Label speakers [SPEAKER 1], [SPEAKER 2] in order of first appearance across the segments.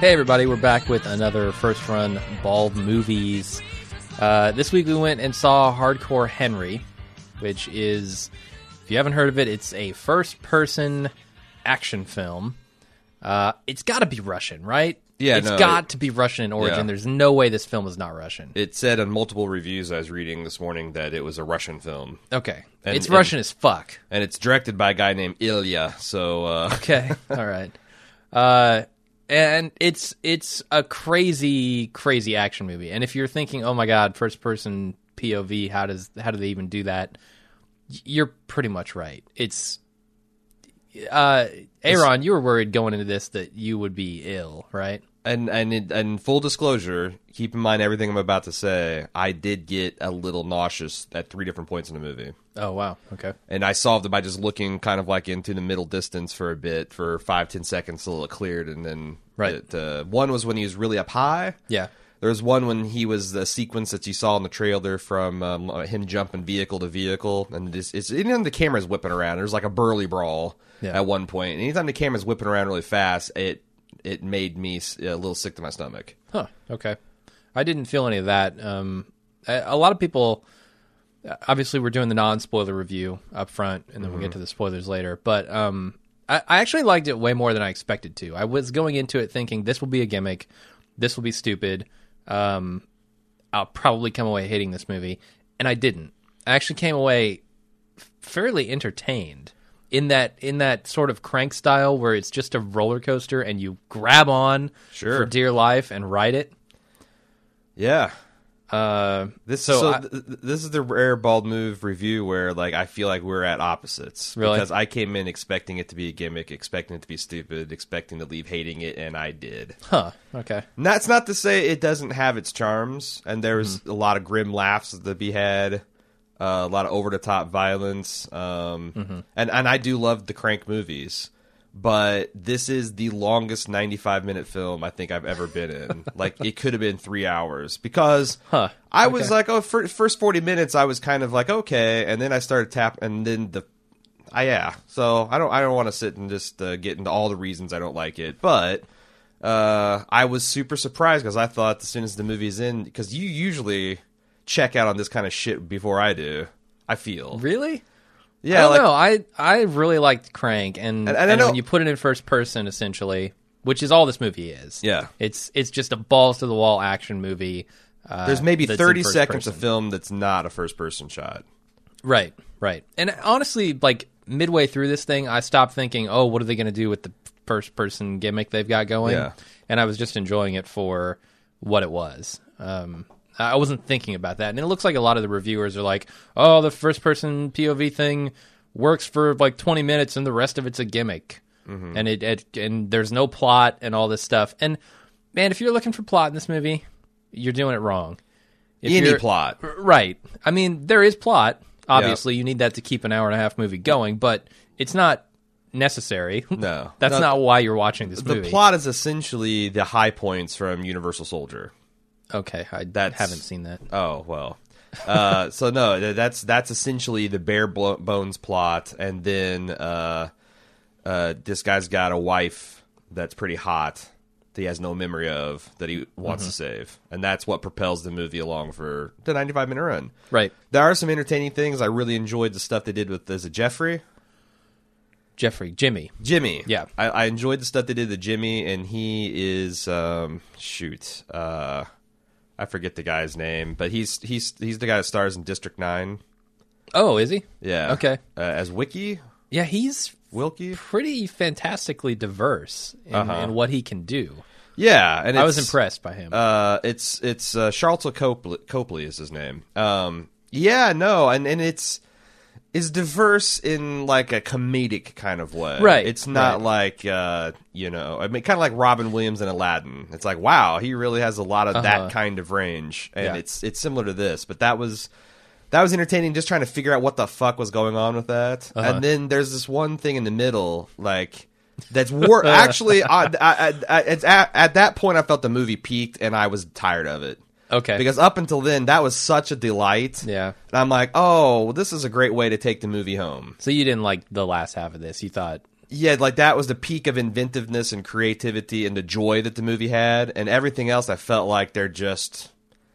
[SPEAKER 1] Hey, everybody, we're back with another first run Bald Movies. Uh, this week we went and saw Hardcore Henry, which is, if you haven't heard of it, it's a first person action film. Uh, it's got to be Russian, right?
[SPEAKER 2] Yeah,
[SPEAKER 1] it's
[SPEAKER 2] no,
[SPEAKER 1] got
[SPEAKER 2] it-
[SPEAKER 1] to be Russian in origin.
[SPEAKER 2] yeah.
[SPEAKER 1] There's no way this film is not Russian.
[SPEAKER 2] It said on multiple reviews I was reading this morning that it was a Russian film,
[SPEAKER 1] okay,
[SPEAKER 2] And-
[SPEAKER 1] it's
[SPEAKER 2] and-
[SPEAKER 1] Russian as fuck.
[SPEAKER 2] and it's directed by a guy named Ilya. So uh,
[SPEAKER 1] Okay, all right. Uh, and it's it's a crazy, crazy action movie. And if you're thinking, oh my god, first person POV, how does how do they even do that? Y- You're pretty much right. It's uh, Aaron, you were worried going into this that you would be ill, right?
[SPEAKER 2] and and it, and full disclosure, keep in mind everything I'm about to say. I did get a little nauseous at three different points in the movie,
[SPEAKER 1] Oh wow, okay.
[SPEAKER 2] and I solved it by just looking kind of like into the middle distance for a bit for five ten seconds till it cleared, and then
[SPEAKER 1] Right.
[SPEAKER 2] it, uh, one was when he was really up high.
[SPEAKER 1] Yeah.
[SPEAKER 2] There was one when he was the sequence that you saw in the trailer from um, uh, him jumping vehicle to vehicle, and this, it's anytime the camera's whipping around, there's like a burly brawl
[SPEAKER 1] Yeah.
[SPEAKER 2] at one point. And anytime the camera's whipping around really fast, it it made me s- a little sick to my stomach.
[SPEAKER 1] Huh. Okay. I didn't feel any of that. Um, a, a lot of people, obviously, we're doing the non-spoiler review up front, and then we'll get to the spoilers later. But um, I, I actually liked it way more than I expected to. I was going into it thinking this will be a gimmick, this will be stupid. Um, I'll probably come away hating this movie, and I didn't. I actually came away f- fairly entertained in that in that sort of crank style where it's just a roller coaster and you grab on
[SPEAKER 2] Sure.
[SPEAKER 1] for dear life and ride it.
[SPEAKER 2] Yeah,
[SPEAKER 1] Uh,
[SPEAKER 2] this
[SPEAKER 1] So
[SPEAKER 2] so,
[SPEAKER 1] I-
[SPEAKER 2] th- th- this is the rare bald move review where like I feel like we're at opposites
[SPEAKER 1] Really?
[SPEAKER 2] because I came in expecting it to be a gimmick, expecting it to be stupid, expecting to leave hating it, and I did.
[SPEAKER 1] huh. Okay.
[SPEAKER 2] And That's not to say it doesn't have its charms, and there's a lot of grim laughs to be had, uh, a lot of over the top violence, um, and and I do love the crank movies, but this is the longest 95 minute film I think I've ever been in. like it could have been three hours because
[SPEAKER 1] Huh.
[SPEAKER 2] I was like, oh, fir- first 40 minutes I was kind of like okay, and then I started tap, and then the, I Uh, yeah, so I don't I don't want to sit and just uh, get into all the reasons I don't like it, but uh, I was super surprised because I thought as soon as the movie's in, because you usually check out on this kind of shit before I do. I feel
[SPEAKER 1] Really? I
[SPEAKER 2] yeah,
[SPEAKER 1] don't
[SPEAKER 2] like
[SPEAKER 1] know. I I really liked Crank, and and,
[SPEAKER 2] And- and I know-
[SPEAKER 1] when you put it in first person, essentially, which is all this movie is.
[SPEAKER 2] Yeah.
[SPEAKER 1] It's it's just a balls to the wall action movie. Uh,
[SPEAKER 2] there's maybe
[SPEAKER 1] that's in
[SPEAKER 2] thirty
[SPEAKER 1] first
[SPEAKER 2] seconds
[SPEAKER 1] person.
[SPEAKER 2] of film that's not a first person shot.
[SPEAKER 1] Right, right. And honestly, like midway through this thing, I stopped thinking, "Oh, what are they going to do with the first person gimmick they've got going?"
[SPEAKER 2] Yeah.
[SPEAKER 1] And I was just enjoying it for what it was. Um I wasn't thinking about that. And it looks like a lot of the reviewers are like, "Oh, the first person POV thing works for like 20 minutes and the rest of it's a gimmick." And it, it and there's no plot and all this stuff. And man, if you're looking for plot in this movie, you're doing it wrong. If
[SPEAKER 2] Any
[SPEAKER 1] you're-
[SPEAKER 2] plot,
[SPEAKER 1] Right. I mean, there is plot. Obviously, you need that to keep an hour and a half movie going, but it's not necessary.
[SPEAKER 2] No.
[SPEAKER 1] That's
[SPEAKER 2] No.
[SPEAKER 1] not why you're watching this
[SPEAKER 2] the
[SPEAKER 1] movie.
[SPEAKER 2] plot is essentially the high points from Universal Soldier.
[SPEAKER 1] okay, I
[SPEAKER 2] That's-
[SPEAKER 1] haven't seen that.
[SPEAKER 2] Oh well. Uh, so no, th- that's that's essentially the bare blo- bones plot, and then uh, uh, this guy's got a wife that's pretty hot that he has no memory of that he wants to save, and that's what propels the movie along for the ninety-five minute run.
[SPEAKER 1] Right.
[SPEAKER 2] There are some entertaining things. I really enjoyed the stuff they did with is it Jeffrey
[SPEAKER 1] Jeffrey, Jimmy.
[SPEAKER 2] Jimmy.
[SPEAKER 1] Yeah.
[SPEAKER 2] I, I enjoyed the stuff they did to Jimmy, and he is um, shoot, uh, I forget the guy's name, but he's he's he's the guy that stars in District Nine.
[SPEAKER 1] Oh, is he?
[SPEAKER 2] Yeah.
[SPEAKER 1] Okay.
[SPEAKER 2] Uh, as Wiki
[SPEAKER 1] Yeah, he's
[SPEAKER 2] Wilkie.
[SPEAKER 1] pretty fantastically diverse in, in what he can do.
[SPEAKER 2] Yeah, and
[SPEAKER 1] I was
[SPEAKER 2] Uh-huh. it's-
[SPEAKER 1] impressed by him.
[SPEAKER 2] Uh, it's it's uh, Charlton Copley, Copley is his name. Um, yeah, no, and and it's is diverse in like a comedic kind of way.
[SPEAKER 1] Right,
[SPEAKER 2] It's not
[SPEAKER 1] right.
[SPEAKER 2] like uh, you know, I mean, kind of like Robin Williams and Aladdin. It's like wow, he really has a lot of that kind of range, and
[SPEAKER 1] Uh-huh. Yeah.
[SPEAKER 2] it's it's similar to this. But that was that was entertaining. Just trying to figure out what the fuck was going on with that,
[SPEAKER 1] Uh-huh.
[SPEAKER 2] and then there's this one thing in the middle, like. That's wor- actually I, I, I, it's at, at that point I felt the movie peaked and I was tired of it
[SPEAKER 1] okay.
[SPEAKER 2] because up until then that was such a delight.
[SPEAKER 1] Yeah.
[SPEAKER 2] and I'm like, oh, well, this is a great way to take the movie home.
[SPEAKER 1] so you didn't like the last half of this. You thought
[SPEAKER 2] yeah, like that was the peak of inventiveness and creativity and the joy that the movie had, and everything else I felt like they're just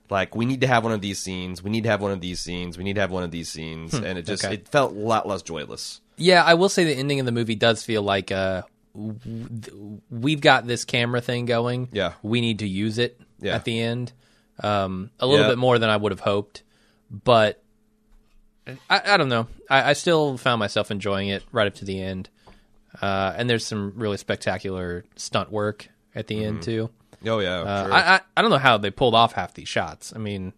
[SPEAKER 2] like we need to have one of these scenes, we need to have one of these scenes, we need to have one of these scenes, and it just
[SPEAKER 1] Hmm, okay.
[SPEAKER 2] it felt a lot less joyless.
[SPEAKER 1] Yeah, I will say the ending of the movie does feel like uh, w- th- we've got this camera thing going.
[SPEAKER 2] Yeah.
[SPEAKER 1] we need to use it
[SPEAKER 2] Yeah.
[SPEAKER 1] at the end. Um, a little
[SPEAKER 2] Yeah.
[SPEAKER 1] bit more than I would have hoped, but I, I don't know. I, I still found myself enjoying it right up to the end. Uh, and there's some really spectacular stunt work at the end too.
[SPEAKER 2] Oh yeah,
[SPEAKER 1] Uh,
[SPEAKER 2] sure.
[SPEAKER 1] I, I I don't know how they pulled off half these shots. I mean,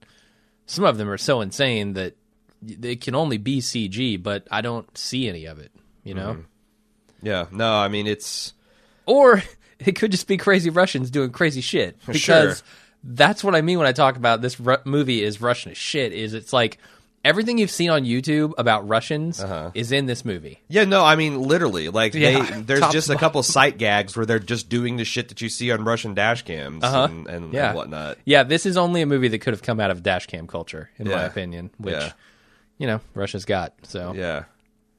[SPEAKER 1] some of them are so insane that y- they can only be CG, but I don't see any of it. You know,
[SPEAKER 2] Hmm. yeah. No, I mean it's
[SPEAKER 1] or it could just be crazy Russians doing crazy shit because
[SPEAKER 2] Sure.
[SPEAKER 1] that's what I mean when I talk about this Ru- movie is Russian as shit. Is it's like everything you've seen on YouTube about Russians
[SPEAKER 2] Uh-huh.
[SPEAKER 1] is in this movie.
[SPEAKER 2] yeah. No, I mean literally like
[SPEAKER 1] Yeah.
[SPEAKER 2] they, there's
[SPEAKER 1] Top
[SPEAKER 2] just a couple sight gags where they're just doing the shit that you see on Russian dash cams and, and,
[SPEAKER 1] Uh-huh. Yeah.
[SPEAKER 2] and whatnot.
[SPEAKER 1] Yeah, this is only a movie that could have come out of dash cam culture, in my
[SPEAKER 2] Yeah.
[SPEAKER 1] opinion, which,
[SPEAKER 2] Yeah.
[SPEAKER 1] you know, Russia's got. So,
[SPEAKER 2] Yeah.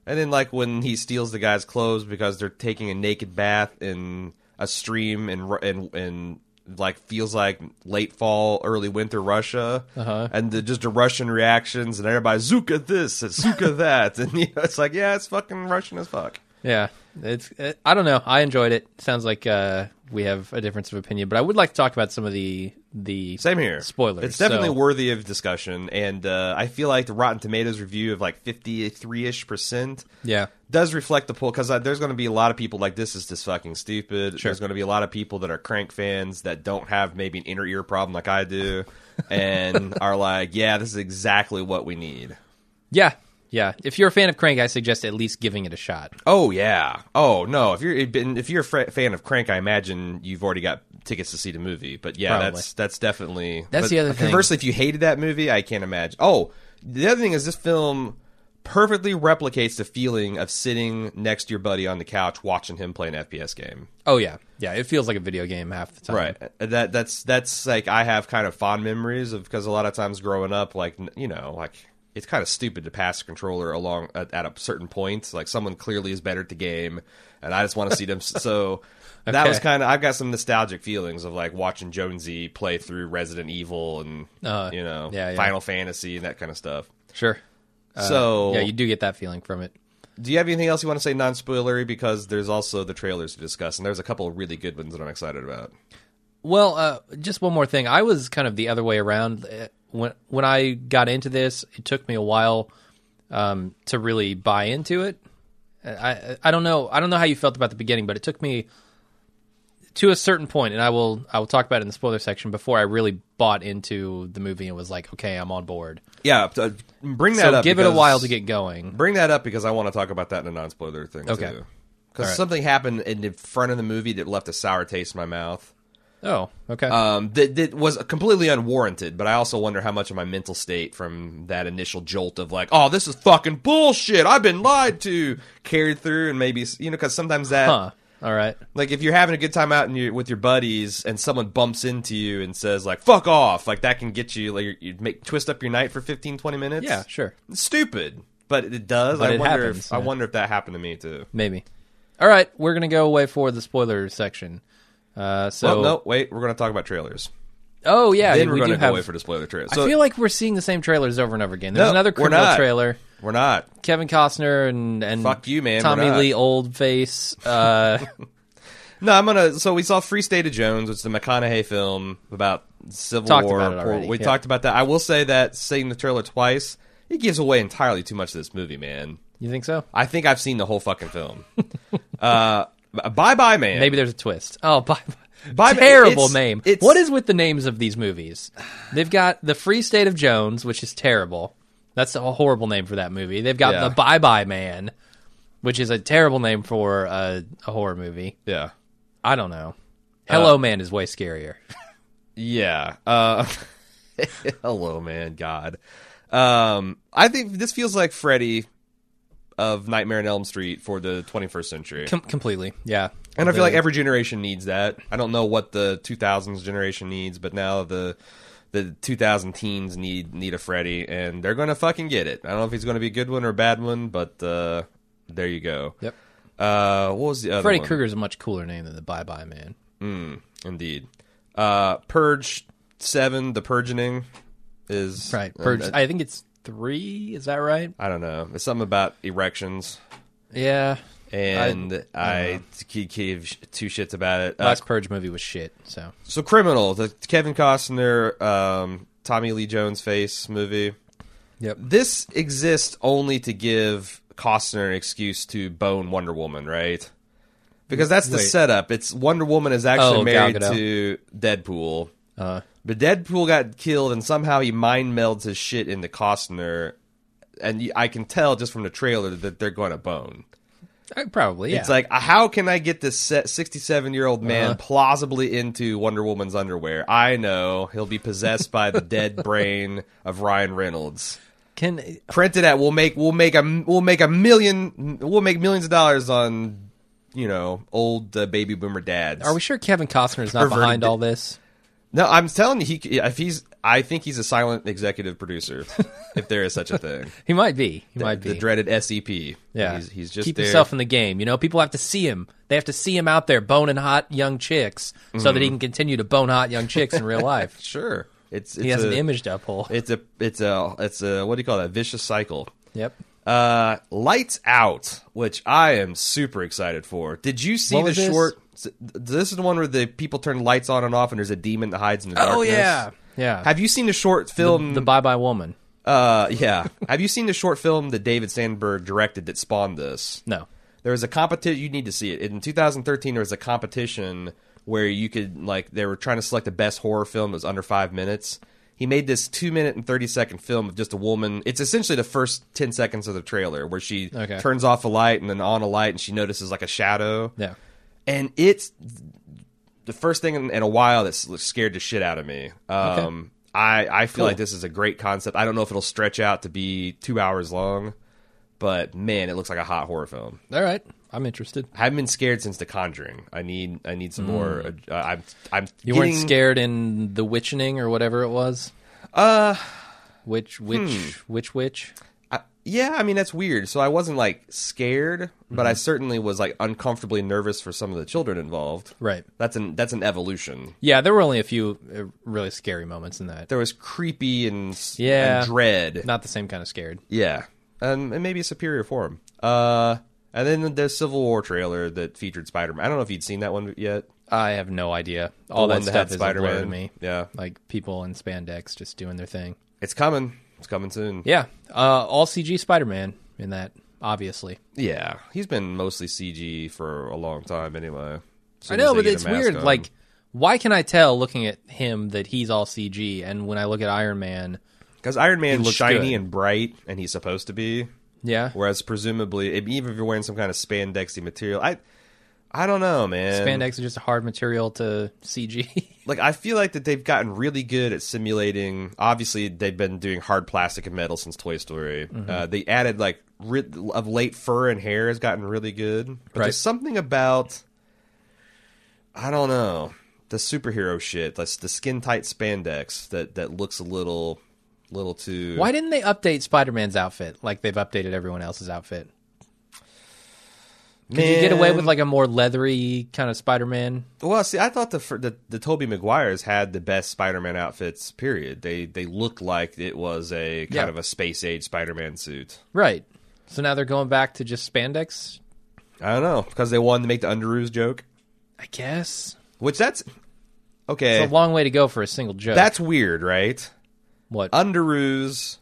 [SPEAKER 2] And then like when he steals the guy's clothes because they're taking a naked bath in a stream in Ru- in in like feels like late fall, early winter Russia, uh-huh. and the, just the Russian reactions and everybody zuka this, and zuka that, and you know, it's like yeah, it's fucking Russian as fuck.
[SPEAKER 1] Yeah, it's. uh I don't know. I enjoyed it. Sounds like uh, we have a difference of opinion, but I would like to talk about some of the the
[SPEAKER 2] Same here.
[SPEAKER 1] spoilers.
[SPEAKER 2] It's definitely
[SPEAKER 1] so-
[SPEAKER 2] worthy of discussion, and uh, I feel like the Rotten Tomatoes review of like fifty three ish percent.
[SPEAKER 1] yeah,
[SPEAKER 2] does reflect the poll because there's going to be a lot of people like this is just fucking stupid. There's going to be a lot of people that are crank fans that don't have maybe an inner ear problem like I do, and are like, yeah, this is exactly what we need.
[SPEAKER 1] yeah, yeah. If you're a fan of Crank, I suggest at least giving it a shot.
[SPEAKER 2] Oh yeah. Oh no. If you're if you're a fr- fan of Crank, I imagine you've already got tickets to see the movie. But yeah,
[SPEAKER 1] Probably.
[SPEAKER 2] that's that's definitely
[SPEAKER 1] That's
[SPEAKER 2] but
[SPEAKER 1] the other thing.
[SPEAKER 2] Conversely, if you hated that movie, I can't imagine. Oh, the other thing is this film perfectly replicates the feeling of sitting next to your buddy on the couch watching him play an FPS game.
[SPEAKER 1] Oh yeah, yeah. It feels like a video game half the time.
[SPEAKER 2] right Uh, that that's that's like i have kind of fond memories of because a lot of times growing up like n- you know like it's kind of stupid to pass a controller along at, at a certain point like someone clearly is better at the game and i just want to see them s- so that
[SPEAKER 1] Okay.
[SPEAKER 2] was kind of i've got some nostalgic feelings of like watching jonesy play through resident evil and
[SPEAKER 1] Uh,
[SPEAKER 2] you know
[SPEAKER 1] yeah, yeah.
[SPEAKER 2] final fantasy and that kind of stuff
[SPEAKER 1] Sure.
[SPEAKER 2] so
[SPEAKER 1] Yeah, you do get that feeling from it.
[SPEAKER 2] do you have anything else you want to say non-spoilery because there's also the trailers to discuss and there's a couple of really good ones that i'm excited about
[SPEAKER 1] Well, uh, just one more thing. I was kind of the other way around Uh, when when I got into this. It took me a while um, to really buy into it. I, I I don't know. I don't know how you felt about the beginning, but it took me to a certain point, and I will I will talk about it in the spoiler section before I really bought into the movie and was like, okay, I'm on board.
[SPEAKER 2] yeah uh, bring that
[SPEAKER 1] So
[SPEAKER 2] up
[SPEAKER 1] give it a
[SPEAKER 2] because-
[SPEAKER 1] while to get going.
[SPEAKER 2] Bring that up because I want to talk about that in a non-spoiler thing.
[SPEAKER 1] Okay.
[SPEAKER 2] Because something happened in the front of the movie that left a sour taste in my mouth.
[SPEAKER 1] Oh, okay.
[SPEAKER 2] Um, that, that was completely unwarranted, but I also wonder how much of my mental state from that initial jolt of like, oh, this is fucking bullshit. I've been lied to, carried through, and maybe you know, because sometimes that
[SPEAKER 1] huh. All right.
[SPEAKER 2] like if you're having a good time out in your, with your buddies and someone bumps into you and says like, fuck off, like that can get you like you make twist up your night for 15, 20 minutes.
[SPEAKER 1] Yeah. Sure.
[SPEAKER 2] It's stupid, but it does.
[SPEAKER 1] But
[SPEAKER 2] I
[SPEAKER 1] it
[SPEAKER 2] wonder
[SPEAKER 1] happens,
[SPEAKER 2] if I
[SPEAKER 1] yeah.
[SPEAKER 2] wonder if that happened to me too.
[SPEAKER 1] Maybe. All right. We're gonna go away for the spoiler section. Uh, so
[SPEAKER 2] Well, Oh, no, wait, we're going to talk about trailers.
[SPEAKER 1] Oh yeah,
[SPEAKER 2] Then we're
[SPEAKER 1] we
[SPEAKER 2] going
[SPEAKER 1] do
[SPEAKER 2] to go
[SPEAKER 1] have.
[SPEAKER 2] away for the spoiler trailers.
[SPEAKER 1] I
[SPEAKER 2] So
[SPEAKER 1] feel like we're seeing the same trailers over and over again. There's
[SPEAKER 2] No,
[SPEAKER 1] another
[SPEAKER 2] we're
[SPEAKER 1] criminal
[SPEAKER 2] not.
[SPEAKER 1] trailer.
[SPEAKER 2] we're not.
[SPEAKER 1] Kevin Costner and and
[SPEAKER 2] Fuck you, man, we're
[SPEAKER 1] Tommy
[SPEAKER 2] not.
[SPEAKER 1] Lee, old face. Uh,
[SPEAKER 2] No, I'm going to. So we saw Free State of Jones, which is the McConaughey film about Civil
[SPEAKER 1] Talked
[SPEAKER 2] War.
[SPEAKER 1] about it already,
[SPEAKER 2] we
[SPEAKER 1] yeah.
[SPEAKER 2] talked about that. I will say that seeing the trailer twice, it gives away entirely too much of this movie, man.
[SPEAKER 1] you think so?
[SPEAKER 2] I think I've seen the whole fucking film. uh, bye bye, man.
[SPEAKER 1] Maybe there's a twist. Oh, by,
[SPEAKER 2] By-
[SPEAKER 1] terrible
[SPEAKER 2] it's-
[SPEAKER 1] name.
[SPEAKER 2] it's-
[SPEAKER 1] what is with the names of these movies? They've got the Free State of Jones, which is terrible. That's a horrible name for that movie. They've got
[SPEAKER 2] Yeah.
[SPEAKER 1] the Bye Bye Man, which is a terrible name for a, a horror movie.
[SPEAKER 2] Yeah.
[SPEAKER 1] I don't know.
[SPEAKER 2] Uh,
[SPEAKER 1] Hello Man is way scarier.
[SPEAKER 2] Yeah. Uh, hello, man. God. Um, I think this feels like Freddy of Nightmare on Elm Street for the 21st century.
[SPEAKER 1] Com- completely. Yeah.
[SPEAKER 2] And I feel
[SPEAKER 1] The-
[SPEAKER 2] like every generation needs that. I don't know what the 2000s generation needs, but now the the 2000 teens need need a Freddy, and they're gonna fucking get it. I don't know if he's gonna be a good one or a bad one, but uh, there you go.
[SPEAKER 1] Yep.
[SPEAKER 2] Uh, what was the other
[SPEAKER 1] Freddy
[SPEAKER 2] one?
[SPEAKER 1] Krueger's a much cooler name than the Bye Bye Man.
[SPEAKER 2] Indeed. Uh, Purge Seven, The Purgeoning, is
[SPEAKER 1] Right.
[SPEAKER 2] uh,
[SPEAKER 1] Purge. I think it's three. Is that right?
[SPEAKER 2] I don't know. It's something about erections,
[SPEAKER 1] Yeah.
[SPEAKER 2] and I, g- gave two shits about it. Uh,
[SPEAKER 1] Last Purge movie was shit. So
[SPEAKER 2] so, Criminal, the Kevin Costner, um, Tommy Lee Jones face movie.
[SPEAKER 1] yep.
[SPEAKER 2] This exists only to give Costner an excuse to bone Wonder Woman, right? Because that's the
[SPEAKER 1] Wait.
[SPEAKER 2] setup. It's Wonder Woman is actually
[SPEAKER 1] Oh, Gal
[SPEAKER 2] married
[SPEAKER 1] Gadot.
[SPEAKER 2] to Deadpool.
[SPEAKER 1] Uh,
[SPEAKER 2] But Deadpool got killed, and somehow he mind melds his shit into Costner, and y- I can tell just from the trailer that they're going to bone.
[SPEAKER 1] I- probably. Yeah. Uh-huh.
[SPEAKER 2] It's like, uh, how can I get this sixty-seven-year-old man plausibly into Wonder Woman's underwear? I know he'll be possessed by the dead brain of Ryan Reynolds.
[SPEAKER 1] can
[SPEAKER 2] Printed at, we'll make we'll make a m- we'll make a million we'll make millions of dollars on you know old uh, baby boomer dads.
[SPEAKER 1] are we sure Kevin Costner is not
[SPEAKER 2] Perverted
[SPEAKER 1] behind
[SPEAKER 2] dick.
[SPEAKER 1] all this?
[SPEAKER 2] No, I'm telling you, he c- if he's, I think he's a silent executive producer, if there is such a thing.
[SPEAKER 1] He might be. He might be.
[SPEAKER 2] The dreaded SEP.
[SPEAKER 1] yeah.
[SPEAKER 2] he's, he's just
[SPEAKER 1] keep
[SPEAKER 2] there.
[SPEAKER 1] himself in the game. You know, people have to see him. They have to see him out there boning hot young chicks, so that he can continue to bone hot young chicks in real life.
[SPEAKER 2] sure, it's, it's
[SPEAKER 1] He has
[SPEAKER 2] a,
[SPEAKER 1] an image to uphold.
[SPEAKER 2] It's a it's a it's a what do you call that? Vicious cycle.
[SPEAKER 1] yep.
[SPEAKER 2] Uh, lights out, which I am super excited for. Did you see
[SPEAKER 1] What
[SPEAKER 2] the
[SPEAKER 1] was this?
[SPEAKER 2] short? s- This is the one where the people turn lights on and off, and there's a demon that hides in the darkness.
[SPEAKER 1] Oh, Yeah.
[SPEAKER 2] Have you seen the short film?
[SPEAKER 1] the Bye Bye Woman.
[SPEAKER 2] uh, yeah. Have you seen the short film that David Sandberg directed that spawned this?
[SPEAKER 1] No.
[SPEAKER 2] there was a competition you need to see it in 2013 there was a competition where you could like they were trying to select the best horror film that was under five minutes he made this two minute and 30 second film of just a woman it's essentially the first 10 seconds of the trailer where she
[SPEAKER 1] Okay.
[SPEAKER 2] turns off a light and then on a light and she notices like a shadow
[SPEAKER 1] Yeah.
[SPEAKER 2] and it's the first thing in, in a while that's scared the shit out of me. Um, I I feel like this is a great concept. I don't know if it'll stretch out to be two hours long, but man, it looks like a hot horror film.
[SPEAKER 1] All right. I'm interested.
[SPEAKER 2] I haven't been scared since The Conjuring. I need I need some more. Uh, I'm I'm
[SPEAKER 1] Hmm. You weren't
[SPEAKER 2] getting-
[SPEAKER 1] scared in The Witchening or whatever it was?
[SPEAKER 2] Uh,
[SPEAKER 1] Which, which, which, which?
[SPEAKER 2] I- yeah, I mean that's weird. So I wasn't like scared, but
[SPEAKER 1] Hmm.
[SPEAKER 2] I certainly was like uncomfortably nervous for some of the children involved.
[SPEAKER 1] Right.
[SPEAKER 2] That's an that's an evolution.
[SPEAKER 1] Yeah, there were only a few uh, really scary moments in that.
[SPEAKER 2] There was creepy and, s-
[SPEAKER 1] Yeah.
[SPEAKER 2] and dread.
[SPEAKER 1] Not the same kind of scared.
[SPEAKER 2] Yeah, um, and maybe a superior form. Uh, and then the Civil War trailer that featured Spider Man. I don't know if you'd seen that one yet.
[SPEAKER 1] I have no idea. All
[SPEAKER 2] The
[SPEAKER 1] that
[SPEAKER 2] one had
[SPEAKER 1] stuff is a blur to me.
[SPEAKER 2] Yeah,
[SPEAKER 1] Like people in spandex just doing their thing.
[SPEAKER 2] it's coming. It's coming soon.
[SPEAKER 1] Yeah, uh, all CG Spider-Man in that, obviously.
[SPEAKER 2] Yeah, he's been mostly CG for a long time anyway. As soon
[SPEAKER 1] I
[SPEAKER 2] as
[SPEAKER 1] know,
[SPEAKER 2] they
[SPEAKER 1] but
[SPEAKER 2] get a
[SPEAKER 1] it's
[SPEAKER 2] mask
[SPEAKER 1] weird.
[SPEAKER 2] on.
[SPEAKER 1] Like, why can I tell looking at him that he's all CG, and when I look at Iron Man,
[SPEAKER 2] because Iron Man's
[SPEAKER 1] looks
[SPEAKER 2] shiny
[SPEAKER 1] good.
[SPEAKER 2] and bright, and he's supposed to be.
[SPEAKER 1] yeah,
[SPEAKER 2] Whereas presumably, if- even if you're wearing some kind of spandexy material, I, I don't know, man.
[SPEAKER 1] spandex is just a hard material to CG.
[SPEAKER 2] like I feel like that they've gotten really good at simulating. Obviously, they've been doing hard plastic and metal since Toy Story.
[SPEAKER 1] Mm-hmm.
[SPEAKER 2] Uh, they added like ri- of late fur and hair has gotten really good, but
[SPEAKER 1] Right.
[SPEAKER 2] there's something about I don't know the superhero shit, the, the skin tight spandex that that looks a little little too.
[SPEAKER 1] Why didn't they update Spider-Man's outfit like they've updated everyone else's outfit? Could you get away
[SPEAKER 2] Man.
[SPEAKER 1] with like a more leathery kind of Spider-Man?
[SPEAKER 2] Well, see, I thought the fir- the, the Toby Maguires had the best Spider-Man outfits. Period. They they looked like it was a kind
[SPEAKER 1] Yeah.
[SPEAKER 2] of a space age Spider-Man suit.
[SPEAKER 1] Right. So now they're going back to just spandex,
[SPEAKER 2] I don't know because they wanted to make the Underoos joke,
[SPEAKER 1] I guess.
[SPEAKER 2] which that's
[SPEAKER 1] It's
[SPEAKER 2] okay.
[SPEAKER 1] a long way to go for a single joke.
[SPEAKER 2] Eh. that's weird, right?
[SPEAKER 1] what
[SPEAKER 2] Underoos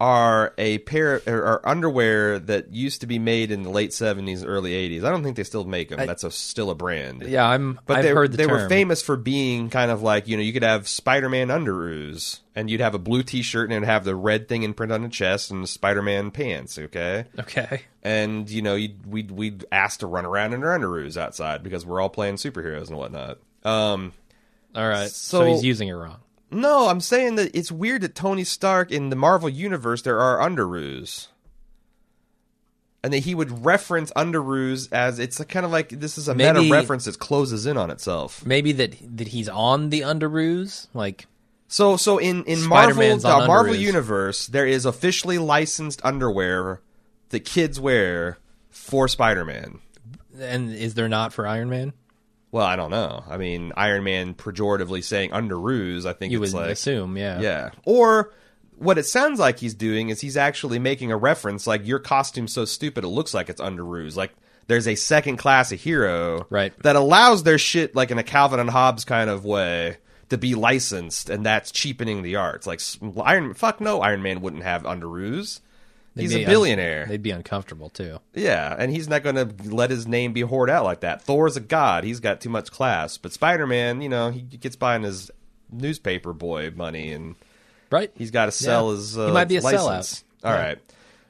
[SPEAKER 2] are a pair or are underwear that used to be made in the late seventies, early eighties. I don't think they still make them. that's a, still a brand.
[SPEAKER 1] Yeah, I'm.
[SPEAKER 2] But
[SPEAKER 1] I've
[SPEAKER 2] they,
[SPEAKER 1] heard the
[SPEAKER 2] they
[SPEAKER 1] term.
[SPEAKER 2] were famous for being kind of like, you know, you could have Spider Man underoos and you'd have a blue t shirt and it'd have the red thing in print on the chest and Spider Man pants, okay?
[SPEAKER 1] Okay.
[SPEAKER 2] And, you know, you'd, we'd, we'd asked to run around in our underoos outside because we're all playing superheroes and whatnot. Um,
[SPEAKER 1] All right. So,
[SPEAKER 2] So-
[SPEAKER 1] he's using it wrong.
[SPEAKER 2] no, I'm saying that it's weird that Tony Stark in the Marvel Universe, there are underoos. And that he would reference underoos as it's kind of like this is a
[SPEAKER 1] Maybe-
[SPEAKER 2] meta reference that closes in on itself.
[SPEAKER 1] Maybe that that he's on the underoos. Like
[SPEAKER 2] So so in in Marvel
[SPEAKER 1] Spider-Man's
[SPEAKER 2] the
[SPEAKER 1] on
[SPEAKER 2] Marvel
[SPEAKER 1] underoos.
[SPEAKER 2] universe there is officially licensed underwear that kids wear for Spider Man.
[SPEAKER 1] And is there not for Iron Man?
[SPEAKER 2] Well, I don't know. I mean, Iron Man pejoratively saying under ruse, I think
[SPEAKER 1] You
[SPEAKER 2] it's
[SPEAKER 1] would
[SPEAKER 2] like
[SPEAKER 1] assume, yeah.
[SPEAKER 2] yeah. Or what it sounds like he's doing is he's actually making a reference like your costume's so stupid it looks like it's under ruse. Like there's a second class of hero
[SPEAKER 1] Right.
[SPEAKER 2] that allows their shit like in a Calvin and Hobbes kind of way to be licensed and that's cheapening the arts. Like s- Iron fuck no Iron Man wouldn't have under ruse. He's
[SPEAKER 1] be
[SPEAKER 2] a
[SPEAKER 1] un-
[SPEAKER 2] billionaire.
[SPEAKER 1] They'd be uncomfortable too.
[SPEAKER 2] Yeah, and he's not going to let his name be hoarded out like that. Thor's a god; he's got too much class. But Spider Man, you know, he gets by on his newspaper boy money, and
[SPEAKER 1] Right?
[SPEAKER 2] he's got to sell
[SPEAKER 1] Yeah.
[SPEAKER 2] his. Uh,
[SPEAKER 1] He might be a
[SPEAKER 2] license.
[SPEAKER 1] sellout.
[SPEAKER 2] All right,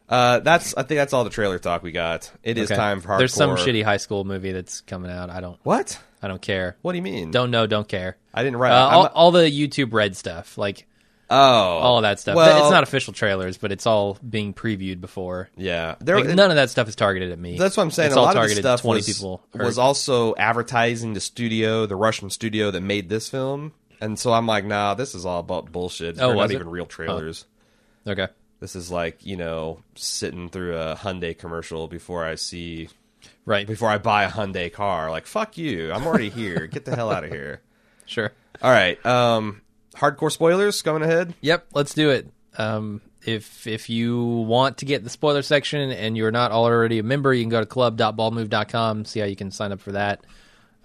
[SPEAKER 2] uh, that's I think that's all the trailer talk we got. It is
[SPEAKER 1] Okay.
[SPEAKER 2] time for hardcore.
[SPEAKER 1] There's some shitty high school movie that's coming out. I don't
[SPEAKER 2] What?
[SPEAKER 1] I don't care.
[SPEAKER 2] What do you mean?
[SPEAKER 1] Don't know, don't care.
[SPEAKER 2] I didn't write.
[SPEAKER 1] Uh,
[SPEAKER 2] I'm
[SPEAKER 1] all,
[SPEAKER 2] not-
[SPEAKER 1] all the YouTube red stuff, like
[SPEAKER 2] oh,
[SPEAKER 1] all of that stuff.
[SPEAKER 2] Well-
[SPEAKER 1] it's not official trailers, but it's all being previewed before.
[SPEAKER 2] yeah. There,
[SPEAKER 1] Like, none of that stuff is targeted at me.
[SPEAKER 2] That's what I'm saying.
[SPEAKER 1] It's
[SPEAKER 2] a
[SPEAKER 1] all
[SPEAKER 2] lot of
[SPEAKER 1] targeted
[SPEAKER 2] this stuff
[SPEAKER 1] twenty
[SPEAKER 2] was,
[SPEAKER 1] people. or-
[SPEAKER 2] was also advertising the studio, the Russian studio that made this film. And so I'm like, nah, this is all about bullshit.
[SPEAKER 1] Oh,
[SPEAKER 2] They're not
[SPEAKER 1] was it?
[SPEAKER 2] even real trailers.
[SPEAKER 1] okay.
[SPEAKER 2] This is like you know sitting through a Hyundai commercial before I see
[SPEAKER 1] Right.
[SPEAKER 2] before I buy a Hyundai car. Like fuck you, I'm already here. Get the hell out of here.
[SPEAKER 1] Sure.
[SPEAKER 2] All right, um, hardcore spoilers coming ahead.
[SPEAKER 1] Yep, let's do it. Um, if if you want to get the spoiler section and you're not already a member, you can go to club.baldmove.com, see how you can sign up for that.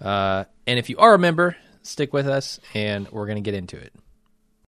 [SPEAKER 1] Uh, and if you are a member, stick with us and we're going to get into it.